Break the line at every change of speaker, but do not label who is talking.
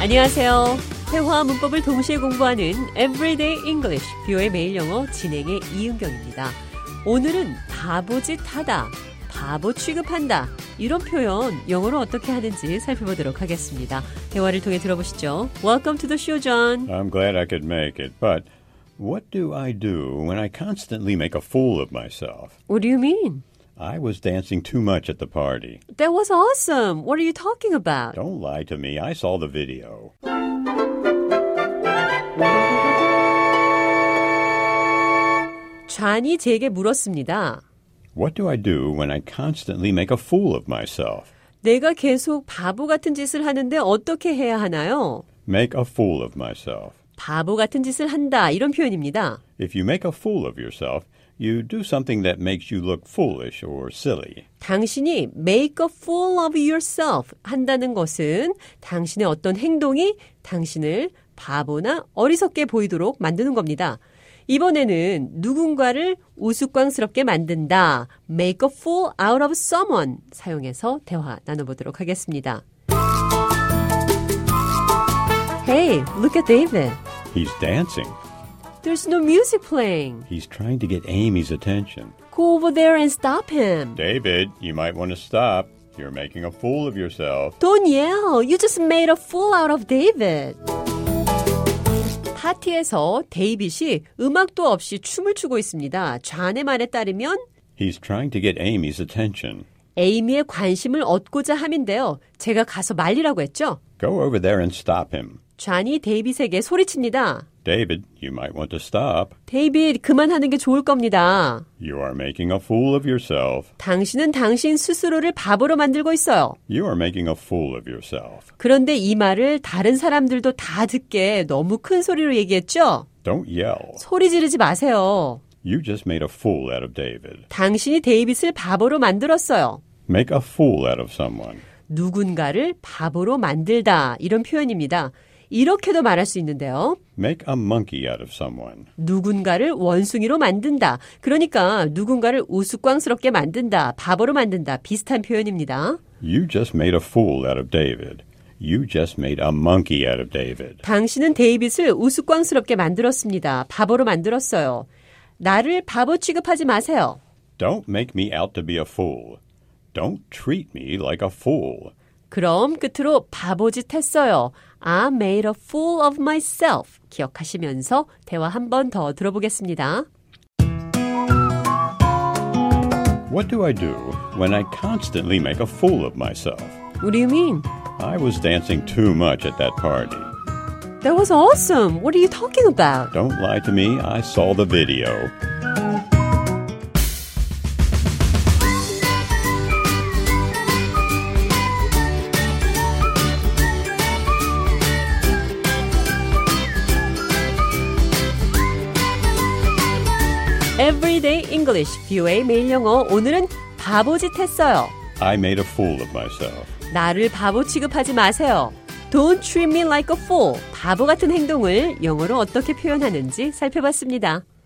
안녕하세요. 회화와 문법을 동시에 공부하는 Everyday English, 뷰의 매일 영어 진행의 이은경입니다. 오늘은 바보짓 하다, 바보 취급한다, 이런 표현 영어로 어떻게 하는지 살펴보도록 하겠습니다. 대화를 통해 들어보시죠. Welcome to the show, John.
I'm glad I could make it, but what do I do when I constantly make a fool of myself?
What do you mean?
I was dancing too much at the party.
That was awesome. What are you talking about?
Don't lie to me, I saw the video.
좌이 제게 물었습니다.
What do I do when I constantly make a fool of myself?
내가 계속 바보 같은 짓을 하는데 어떻게 해야 하나요?
Make a fool of myself.
바보 같은 짓을 한다 이런 표현입니다.
If you make a fool of yourself, you do something that makes you look foolish or silly.
당신이 make a fool of yourself 한다는 것은 당신의 어떤 행동이 당신을 바보나 어리석게 보이도록 만드는 겁니다. 이번에는 누군가를 우스꽝스럽게 만든다. make a fool out of someone 사용해서 대화 나눠보도록 하겠습니다. Hey, look at David.
He's dancing.
There's no music playing.
He's trying to get Amy's attention.
Go over there and stop him.
David, you might want to stop. You're making a fool of yourself.
Don't yell. You just made a fool out of David. 파티에서 데이빗이 음악도 없이 춤을 추고 있습니다. 좌의 말에 따르면
He's trying to get Amy's attention.
에이미의 관심을 얻고자 함인데요. 제가 가서 말리라고 했죠.
Go over there and stop him.
좌이 데이빗에게 소리칩니다.
David, you might want to stop.
데이빗, 그만하는 게 좋을 겁니다.
You are making a fool of yourself.
당신은 당신 스스로를 바보로 만들고 있어요.
You are making a fool of yourself.
그런데 이 말을 다른 사람들도 다 듣게 너무 큰 소리로 얘기했죠?
Don't yell.
소리 지르지 마세요.
You just made a fool out of David.
당신이 데이빗을 바보로 만들었어요.
Make a fool out of someone.
누군가를 바보로 만들다. 이런 표현입니다. 이렇게도 말할 수 있는데요.
Make a monkey out of someone.
누군가를 원숭이로 만든다. 그러니까 누군가를 우스꽝스럽게 만든다. 바보로 만든다. 비슷한 표현입니다.
You just made a fool out of David. You just made a monkey out of David.
당신은 데이빗을 우스꽝스럽게 만들었습니다. 바보로 만들었어요. 나를 바보 취급하지 마세요.
Don't make me out to be a fool. Don't treat me like a fool.
그럼 끝으로 바보짓 했어요. I made a fool of myself. 기억하시면서 대화 한 번 더 들어보겠습니다.
What do I do when I constantly make a fool of myself?
What do you mean?
I was dancing too much at that party.
That was awesome. What are you talking about?
Don't lie to me, I saw the video.
Everyday English, VOA 매일 영어. 오늘은 바보짓 했어요.
I made a fool of myself.
나를 바보 취급하지 마세요. Don't treat me like a fool. 바보 같은 행동을 영어로 어떻게 표현하는지 살펴봤습니다.